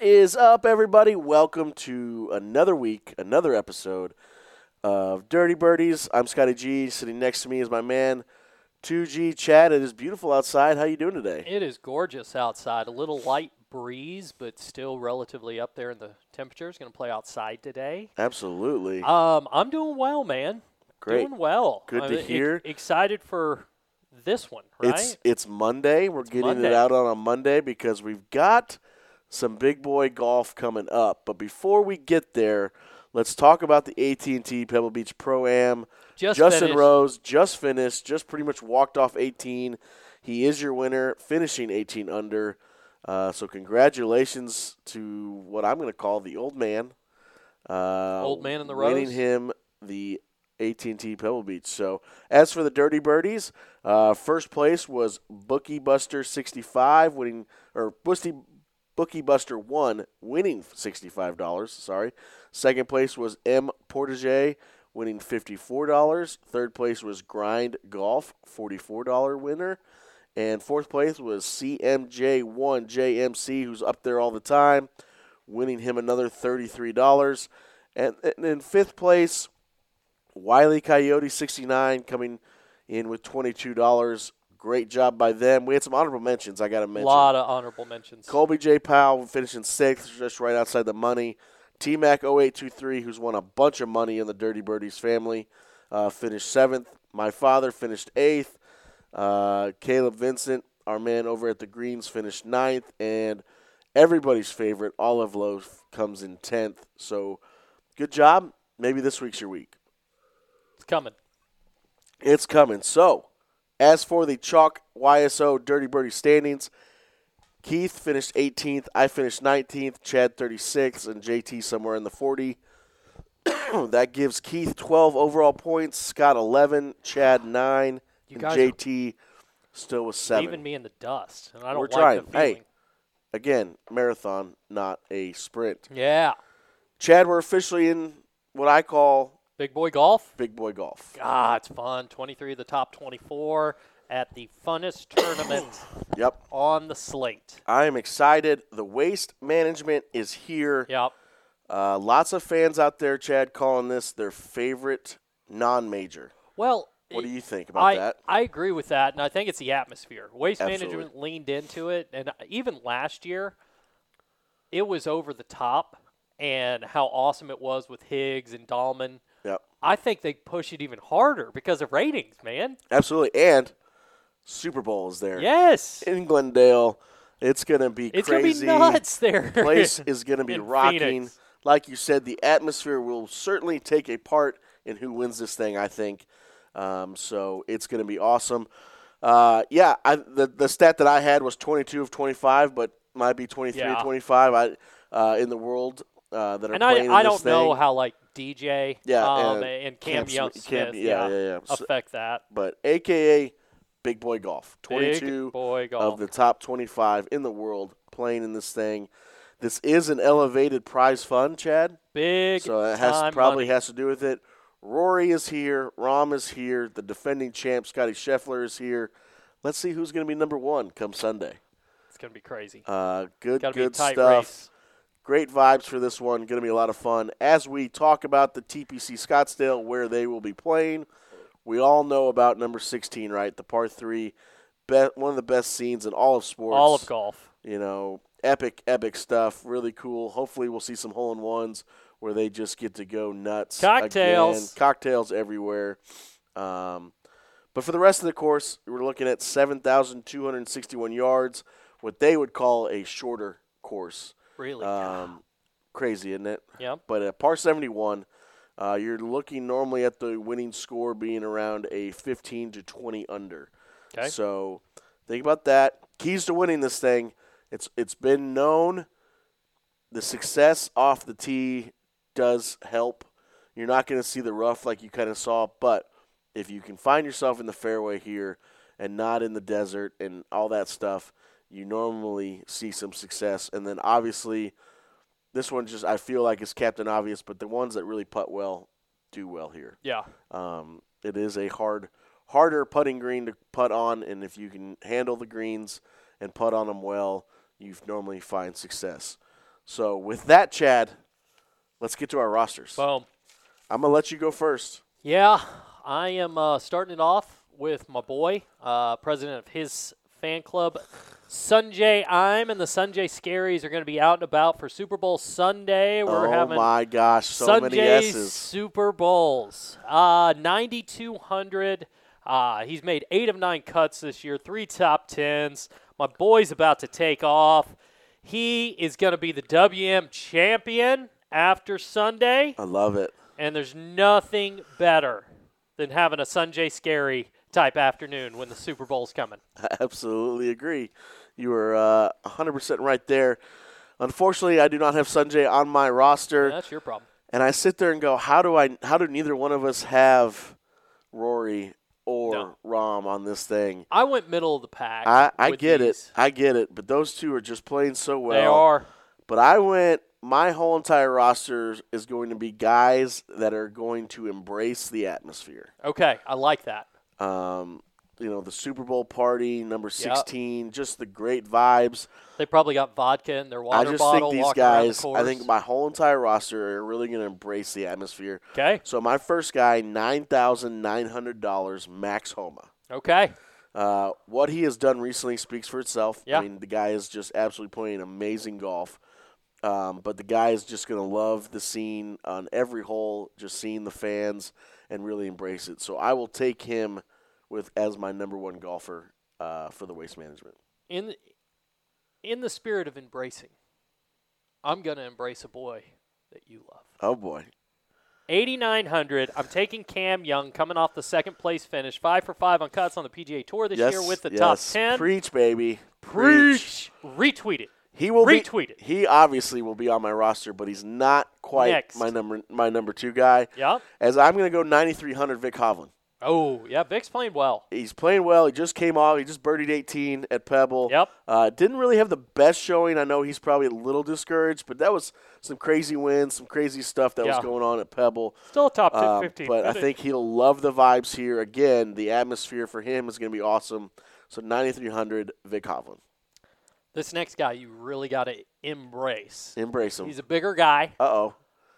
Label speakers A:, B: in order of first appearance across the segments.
A: is up, everybody? Welcome to another week, another episode of Dirty Birdies. I'm Scotty G. Sitting next to me is my man, 2G Chad. It is beautiful outside. How you doing today?
B: It is gorgeous outside. A little light breeze, but still relatively up there in the temperature. It's going to play outside today.
A: Absolutely.
B: Um, I'm doing well, man.
A: Great.
B: Doing well.
A: Good to
B: e-
A: hear.
B: excited for this one, right?
A: It's it's Monday. We're getting it
B: Monday.
A: out on a Monday because we've got some big boy golf coming up. But before we get there, let's talk about the AT&T Pebble Beach Pro Am.
B: Just
A: Justin
B: finished.
A: Rose just finished, just pretty much walked off 18. He is your winner, finishing 18 under. Uh, so congratulations to what I'm going to call the old man. Uh,
B: Old man in the
A: Winning
B: rose?
A: him the AT&T Pebble Beach. So as for the Dirty Birdies, uh, first place was Bookie Buster 65, winning or Busty Bookie Buster one, winning sixty-five dollars. Sorry. Second place was M Portage, winning fifty-four dollars. Third place was Grind Golf, forty-four dollar winner. And fourth place was CMJ1 JMC, who's up there all the time, winning him another $33. And, and in fifth place, Wiley Coyote 69 coming in with $22. Great job by them. We had some honorable mentions I got to
B: A
A: mention.
B: lot of honorable mentions.
A: Colby J. Powell finishing sixth, just right outside the money. oh T Mac 0823, who's won a bunch of money in the Dirty Birdies family, uh, finished seventh. My father finished eighth. Uh, Caleb Vincent, our man over at the Greens, finished ninth. And everybody's favorite, Olive Loaf, comes in 10th. So good job. Maybe this week's your week.
B: It's coming.
A: It's coming. So, as for the Chalk YSO Dirty Birdie standings, Keith finished 18th, I finished 19th, Chad 36th, and JT somewhere in the 40. that gives Keith 12 overall points, Scott 11, Chad 9,
B: You
A: and
B: guys are
A: JT still with 7.
B: Leaving me in the dust, and I don't
A: We're
B: like
A: trying.
B: the
A: Hey.
B: feeling.
A: Again, marathon, not a sprint.
B: Yeah.
A: Chad, we're officially in what I call
B: Big boy golf.
A: big boy golf.
B: Ah, it's fun. 23 of the top 24 at the funnest tournament
A: Yep.
B: on the slate.
A: I am excited. The waste management is here.
B: Yep.
A: Uh, lots of fans out there, Chad, calling this their favorite non-major.
B: Well,
A: What do you think about
B: I,
A: that?
B: I agree with that, and I think it's the atmosphere. Waste
A: Absolutely.
B: management leaned into it, and even last year, it was over the top, and how awesome it was with Higgs and Dahlman.
A: Yep,
B: I think they push it even harder because of ratings, man.
A: absolutely. And Super Bowl is there
B: Yes,
A: in Glendale. It's gonna be
B: it's
A: crazy.
B: gonna be nuts there.
A: Place is gonna be
B: In
A: rocking.
B: Phoenix.
A: Like you said, the atmosphere will certainly take a part in who wins this thing. I think. Um, so it's gonna be awesome. Uh, yeah, I, the the stat that I had was 22 of 25, but might be 23
B: Yeah.
A: of 25. I uh, in the world uh, that are
B: and
A: playing in
B: I, I
A: this
B: don't know
A: thing.
B: how like DJ,
A: Yeah,
B: um,
A: and
B: and, Cam,
A: Cam
B: Young
A: Smith-
B: Smith,
A: Cam- yeah, yeah, yeah. So-
B: affect that.
A: but AKA Big Boy Golf,
B: Big
A: 22
B: boy golf.
A: of the top 25 in the world playing in this thing. This is an elevated prize fund, Chad,
B: big
A: so it has
B: time
A: probably
B: money.
A: has to do with it. Rory is here, Rom is here, the defending champ Scotty Scheffler is here. Let's see who's going to be number one come Sunday.
B: it's gonna be crazy.
A: Uh, good,
B: Gotta be a
A: good
B: tight
A: stuff.
B: race.
A: Great vibes for this one. Going to be a lot of fun. As we talk about the TPC Scottsdale, where they will be playing, we all know about number 16, right? The par three, be- one of the best scenes in all of sports.
B: All of golf.
A: You know, epic, epic stuff. Really cool. Hopefully, we'll see some hole in ones where they just get to go nuts.
B: Cocktails.
A: Again. Cocktails everywhere. Um, but for the rest of the course, we're looking at 7,261 yards, what they would call a shorter course.
B: Really?
A: Um, crazy, isn't it?
B: yeah.
A: But at par 71, uh, you're looking normally at the winning score being around a 15 to 20 under.
B: Okay.
A: So think about that. Keys to winning this thing. It's it's been known. The success off the tee does help. You're not going to see the rough like you kind of saw, but if you can find yourself in the fairway here and not in the desert and all that stuff, you normally see some success. And then obviously, this one just I feel like is captain obvious, but the ones that really putt well do well here.
B: Yeah.
A: Um, it is a hard, harder putting green to putt on, and if you can handle the greens and putt on them well, you normally find success. So with that, Chad, let's get to our rosters.
B: Boom.
A: I'm gonna let you go first.
B: Yeah, I am uh, starting it off with my boy, uh, president of his fan club, Sunjay I'm, and the Sunjay Scaries are going to be out and about for Super Bowl Sunday. We're
A: oh
B: having
A: my gosh, so many
B: Sanjay's
A: S's.
B: Super Bowls. Uh, 9,200. Uh, he's made eight of nine cuts this year, three top tens. My boy's about to take off. He is going to be the WM champion after Sunday,
A: I love it.
B: and there's nothing better than having a Sunjay Scary type afternoon when the Super Bowl's coming.
A: I absolutely agree. You were uh, 100% right there. Unfortunately, I do not have Sanjay on my roster,
B: That's your problem.
A: and I sit there and go, "How do I? How do neither one of us have Rory or
B: No.
A: Rom on this thing?"
B: I went middle of the pack.
A: I, I
B: with
A: get
B: these.
A: it. I get it. But those two are just playing so well.
B: they are.
A: But I went. My whole entire roster is going to be guys that are going to embrace the atmosphere.
B: Okay, I like that.
A: Um, you know, the Super Bowl party, number sixteen, just the great vibes.
B: They probably got vodka in their
A: I
B: water
A: just
B: bottle.
A: think these
B: walking around the
A: guys. I think
B: course.
A: my whole entire roster are really going to embrace the atmosphere.
B: okay,
A: So my first guy, nine thousand nine hundred dollars, Max Homa.
B: okay,
A: Uh, what he has done recently speaks for itself.
B: Yeah.
A: I mean, the guy is just absolutely playing amazing golf. Um, but the guy is just going to love the scene on every hole, just seeing the fans and really embrace it. So I will take him with as my number one golfer uh, for the waste management.
B: in in the spirit of embracing, I'm gonna embrace a boy that you love.
A: Oh boy,
B: 8,900. I'm taking Cam Young, coming off the second place finish, five for five on cuts on the PGA Tour this
A: yes,
B: year with the
A: yes.
B: top ten.
A: Preach, baby,
B: Preach. Retweet it.
A: He will
B: Retweet
A: be.
B: it.
A: He obviously will be on my roster, but he's not quite
B: Next.
A: my number my number two guy.
B: Yep.
A: As I'm going to go 9,300 Vic Hovland.
B: Oh yeah, Vic's playing well.
A: He's playing well. He just came off. He just birdied 18 at Pebble.
B: Yep.
A: Uh, didn't really have the best showing. I know he's probably a little discouraged, but that was some crazy wins, some crazy stuff that
B: Yeah.
A: was going on at Pebble.
B: Still a top 10,
A: Um,
B: 15.
A: but I think he'll love the vibes here. Again, the atmosphere for him is going to be awesome. So 9,300 Vic Hovland.
B: this next guy you really got to embrace.
A: Embrace him.
B: He's a bigger guy,
A: Uh oh.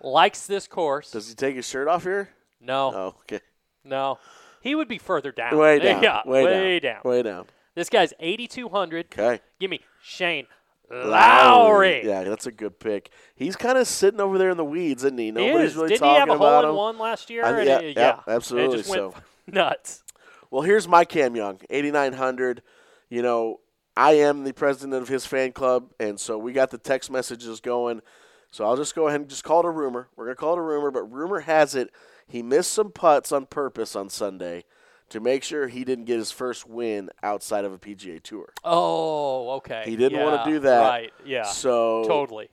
B: likes this course.
A: Does he take his shirt off here?
B: no,
A: Oh, okay.
B: No, he would be further down.
A: Way down.
B: Yeah,
A: way,
B: way
A: down.
B: down.
A: Way down.
B: This guy's 8,200.
A: Okay.
B: Give me Shane Lowry.
A: Yeah, that's a good pick. He's kind of sitting over there in the weeds, isn't he?
B: He
A: Nobody's
B: is.
A: really
B: Didn't he
A: talking
B: have a hole
A: about
B: in
A: him.
B: one last year?
A: I-
B: And
A: yeah,
B: it-
A: yeah, absolutely,
B: It just went
A: so.
B: nuts.
A: Well, here's my Cam Young, 8,900. You know, I am the president of his fan club, and so we got the text messages going. So I'll just go ahead and just call it a rumor. We're going to call it a rumor, but rumor has it he missed some putts on purpose on Sunday to make sure he didn't get his first win outside of a PGA Tour.
B: Oh, okay.
A: He didn't
B: yeah,
A: wanna do that.
B: Right. Yeah.
A: So,
B: totally.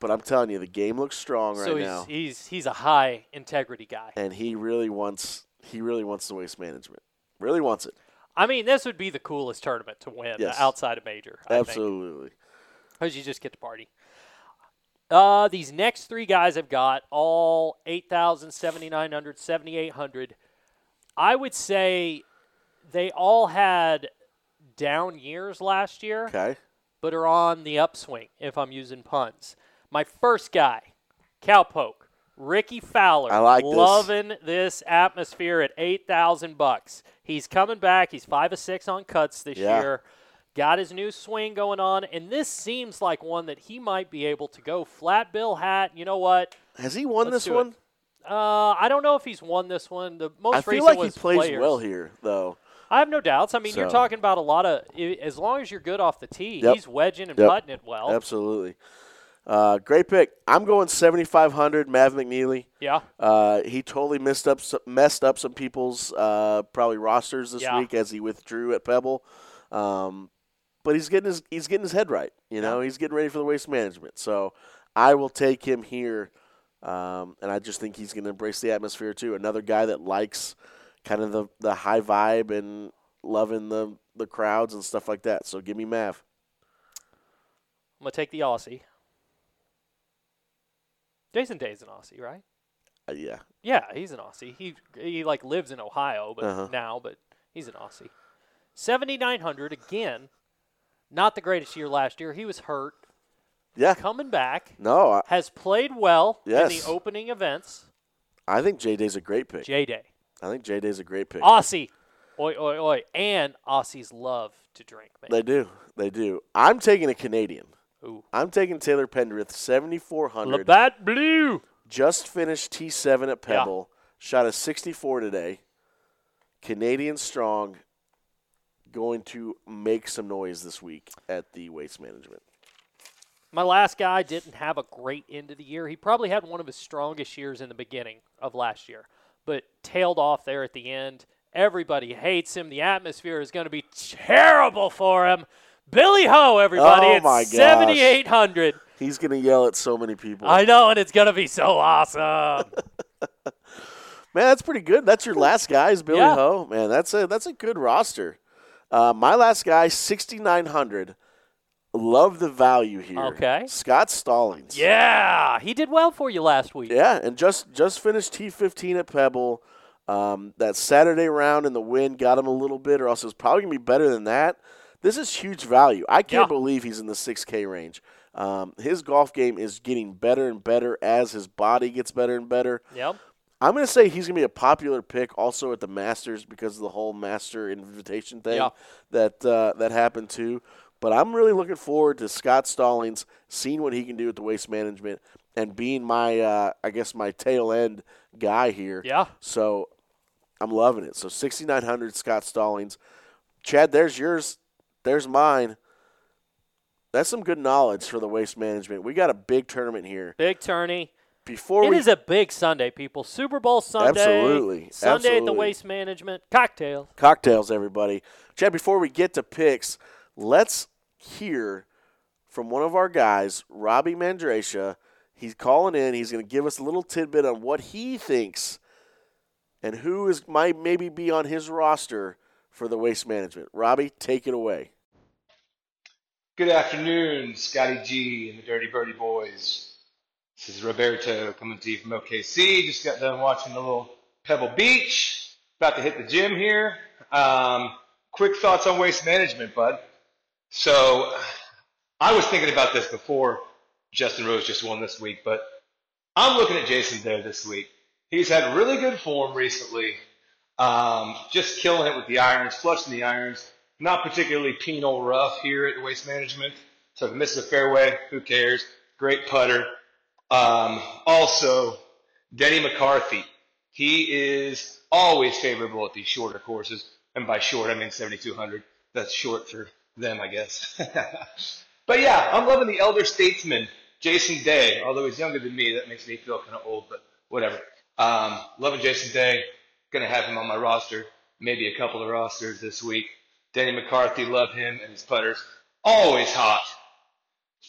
A: but I'm telling you, the game looks strong right
B: so he's,
A: now,
B: he's he's a high integrity guy.
A: and he really wants he really wants the waste management. Really wants it.
B: I mean, this would be the coolest tournament to win
A: Yes.
B: outside of major. I think.
A: Absolutely.
B: Because you just get to party. Uh, these next three guys I've got all 8,000, 7,900, 7,800. I would say they all had down years last year,
A: Okay.
B: but are on the upswing if I'm using puns. My first guy, Cowpoke, Ricky Fowler.
A: I like this.
B: loving this, atmosphere at 8,000 bucks. He's coming back. He's 5 of 6 on cuts this
A: Yeah.
B: year. Got his new swing going on, and this seems like one that he might be able to go flat bill hat. You know what?
A: Has he won
B: Let's
A: this
B: do it.
A: one?
B: Uh, I don't know if he's won this one. The most
A: I feel
B: recent
A: like he
B: was
A: plays
B: players.
A: well here, though.
B: I have no doubts. I mean, you're
A: So-
B: talking about a lot of i- as long as you're good off the tee,
A: Yep.
B: he's wedging and
A: Yep.
B: putting it well.
A: Absolutely. Uh, great pick. I'm going 7,500, Mav McNeely.
B: Yeah.
A: Uh, he totally messed up some, messed up some people's uh, probably rosters this
B: Yeah.
A: week as he withdrew at Pebble. Um, but he's getting his he's getting his head right. You know, he's getting ready for the waste management. So I will take him here, um, and I just think he's going to embrace the atmosphere too. Another guy that likes kind of the the high vibe and loving the the crowds and stuff like that. So give me Mav.
B: I'm gonna take the Aussie. Jason Day's an Aussie, right?
A: Uh, yeah,
B: Yeah, he's an Aussie. He he like lives in Ohio, but
A: Uh-huh.
B: now, but he's an Aussie. Seventy nine hundred again, not the greatest year last year. He was hurt.
A: Yeah.
B: coming back,
A: No, I,
B: has played well in
A: Yes.
B: the opening events.
A: I think J Day's a great pick.
B: J Day.
A: I think J Day's a great pick.
B: Aussie. Oi, oi, oi. And Aussies love to drink, man.
A: They do. They do. I'm taking a Canadian.
B: Ooh.
A: I'm taking Taylor Pendrith, 7,400.
B: Labatt Blue.
A: Just finished T7 at Pebble. Shot a 64 today. Canadian strong. Going to make some noise this week at the waste management.
B: My last guy didn't have a great end of the year. He probably had one of his strongest years in the beginning of last year, but tailed off there at the end. Everybody hates him. The atmosphere is going to be terrible for him. Billy Ho, everybody,
A: Oh,
B: at
A: my gosh.
B: 7,800.
A: He's going to yell at so many people.
B: I know, and it's going to be so awesome.
A: Man, that's pretty good. That's your last guy is Billy
B: Yeah.
A: Ho. Man, that's a that's a good roster. Uh, my last guy, sixty nine hundred. Love the value here.
B: Okay.
A: Scott Stallings.
B: yeah, he did well for you last week.
A: Yeah, and just just finished T fifteen at Pebble. Um, that Saturday round in the wind got him a little bit, or else it's probably gonna be better than that. This is huge value. I can't
B: Yeah.
A: believe he's in the six K range. Um, his golf game is getting better and better as his body gets better and better.
B: Yep.
A: I'm gonna say he's gonna be a popular pick also at the Masters because of the whole Master invitation thing
B: Yeah.
A: that uh, that happened too. But I'm really looking forward to Scott Stallings seeing what he can do with the waste management and being my uh, I guess my tail end guy here.
B: Yeah.
A: So I'm loving it. So 6,900 Scott Stallings. Chad, there's yours. There's mine. That's some good knowledge for the waste management. We got a big tournament here.
B: Big tourney.
A: Before
B: It
A: we
B: is a big Sunday, people. Super Bowl Sunday.
A: Absolutely.
B: Sunday at the
A: Absolutely.
B: Waste Management. Cocktail.
A: cocktails, everybody. Chad, before we get to picks, let's hear from one of our guys, Robbie Mandracia. He's calling in. He's going to give us a little tidbit on what he thinks and who is might maybe be on his roster for the waste management. Robbie, take it away.
C: Good afternoon, Scotty G and the Dirty Birdie Boys. This is Roberto coming to you from OKC. Just got done watching a little Pebble Beach. About to hit the gym here. Um, quick thoughts on waste management, bud. So, I was thinking about this before Justin Rose just won this week, but I'm looking at Jason Doe this week. He's had really good form recently. Um, just killing it with the irons, flushing the irons. Not particularly penal rough here at Waste Management. So if it misses a fairway, who cares? Great putter. Um, also, Denny McCarthy. He is always favorable at these shorter courses. And by short, I mean 7,200. That's short for them, I guess. but yeah, I'm loving the elder statesman, Jason Day. Although he's younger than me, that makes me feel kind of old, but whatever. Um, loving Jason Day. Gonna have him on my roster, maybe a couple of rosters this week. Danny McCarthy, love him and his putters. Always hot.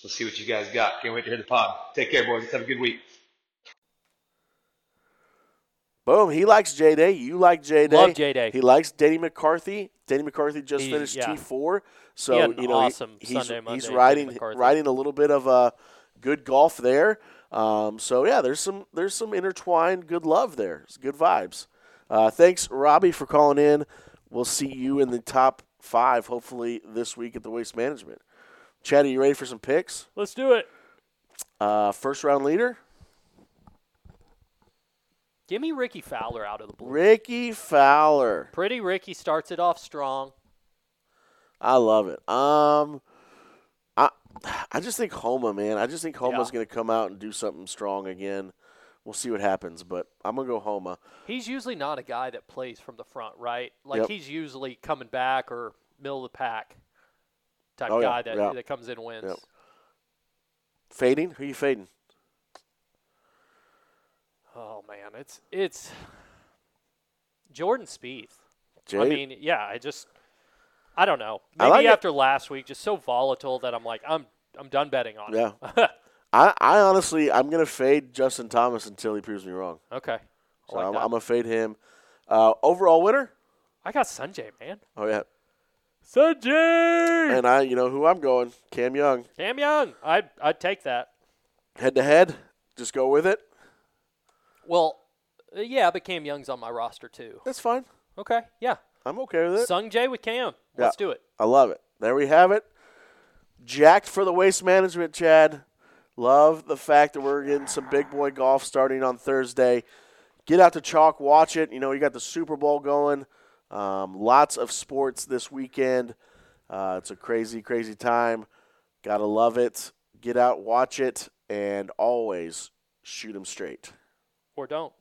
C: Let's see what you guys got. Can't wait to hear the pod. Take care, boys. Have a good week.
A: Boom. He likes J Day. You like J Day.
B: Love J-Day.
A: He likes Danny McCarthy. Danny McCarthy just
B: He-
A: finished
B: yeah.
A: T four. So
B: He had an
A: you know he-
B: awesome
A: he's
B: Sunday, Monday,
A: he's
B: Danny
A: riding
B: McCarthy.
A: riding a little bit of a good golf there. Um, so yeah, there's some there's some intertwined good love there. It's good vibes. Uh, thanks, Robbie, for calling in. We'll see you in the top five hopefully this week at the Waste Management. Chad, are you ready for some picks?
B: Let's do it.
A: Uh, first round leader,
B: Give me Ricky Fowler out of the blue.
A: Ricky Fowler.
B: Pretty Ricky starts it off strong.
A: I love it. Um, I I just think Homa, man. I just think Homa's
B: Yeah.
A: going to come out and do something strong again. We'll see what happens, but I'm gonna go Homa.
B: He's usually not a guy that plays from the front, right? Like
A: Yep.
B: he's usually coming back or middle of the pack type
A: Oh, yeah,
B: guy that,
A: yeah.
B: that comes in and wins.
A: Yep. Fading? Who you fading?
B: Oh man, it's it's Jordan Spieth.
A: Jay?
B: I mean, yeah, I just I don't know.
A: I
B: Maybe
A: like it.
B: after last week, just so volatile that I'm like, I'm I'm done betting on it. Yeah.
A: I, I honestly, I'm gonna fade Justin Thomas until he proves me wrong.
B: okay. I,
A: So
B: like
A: I'm,
B: that.
A: I'm gonna fade him. Uh, overall winner?
B: I got Sanjay, man.
A: Oh yeah.
B: Sanjay.
A: And I, you know who I'm going? Cam Young.
B: Cam Young. I I'd take that.
A: Head to head, just go with it.
B: Well, uh, yeah, but Cam Young's on my roster too.
A: That's fine.
B: Okay, yeah.
A: I'm okay with it.
B: Sung Jae with Cam.
A: Yeah.
B: Let's do it.
A: I love it. There we have it. Jacked for the waste management, Chad. Love the fact that we're getting some big boy golf starting on Thursday. Get out to chalk, watch it. You know, you got the Super Bowl going. Um, lots of sports this weekend. Uh, it's a crazy, crazy time. Gotta love it. Get out, watch it, and always shoot 'em straight.
B: Or don't.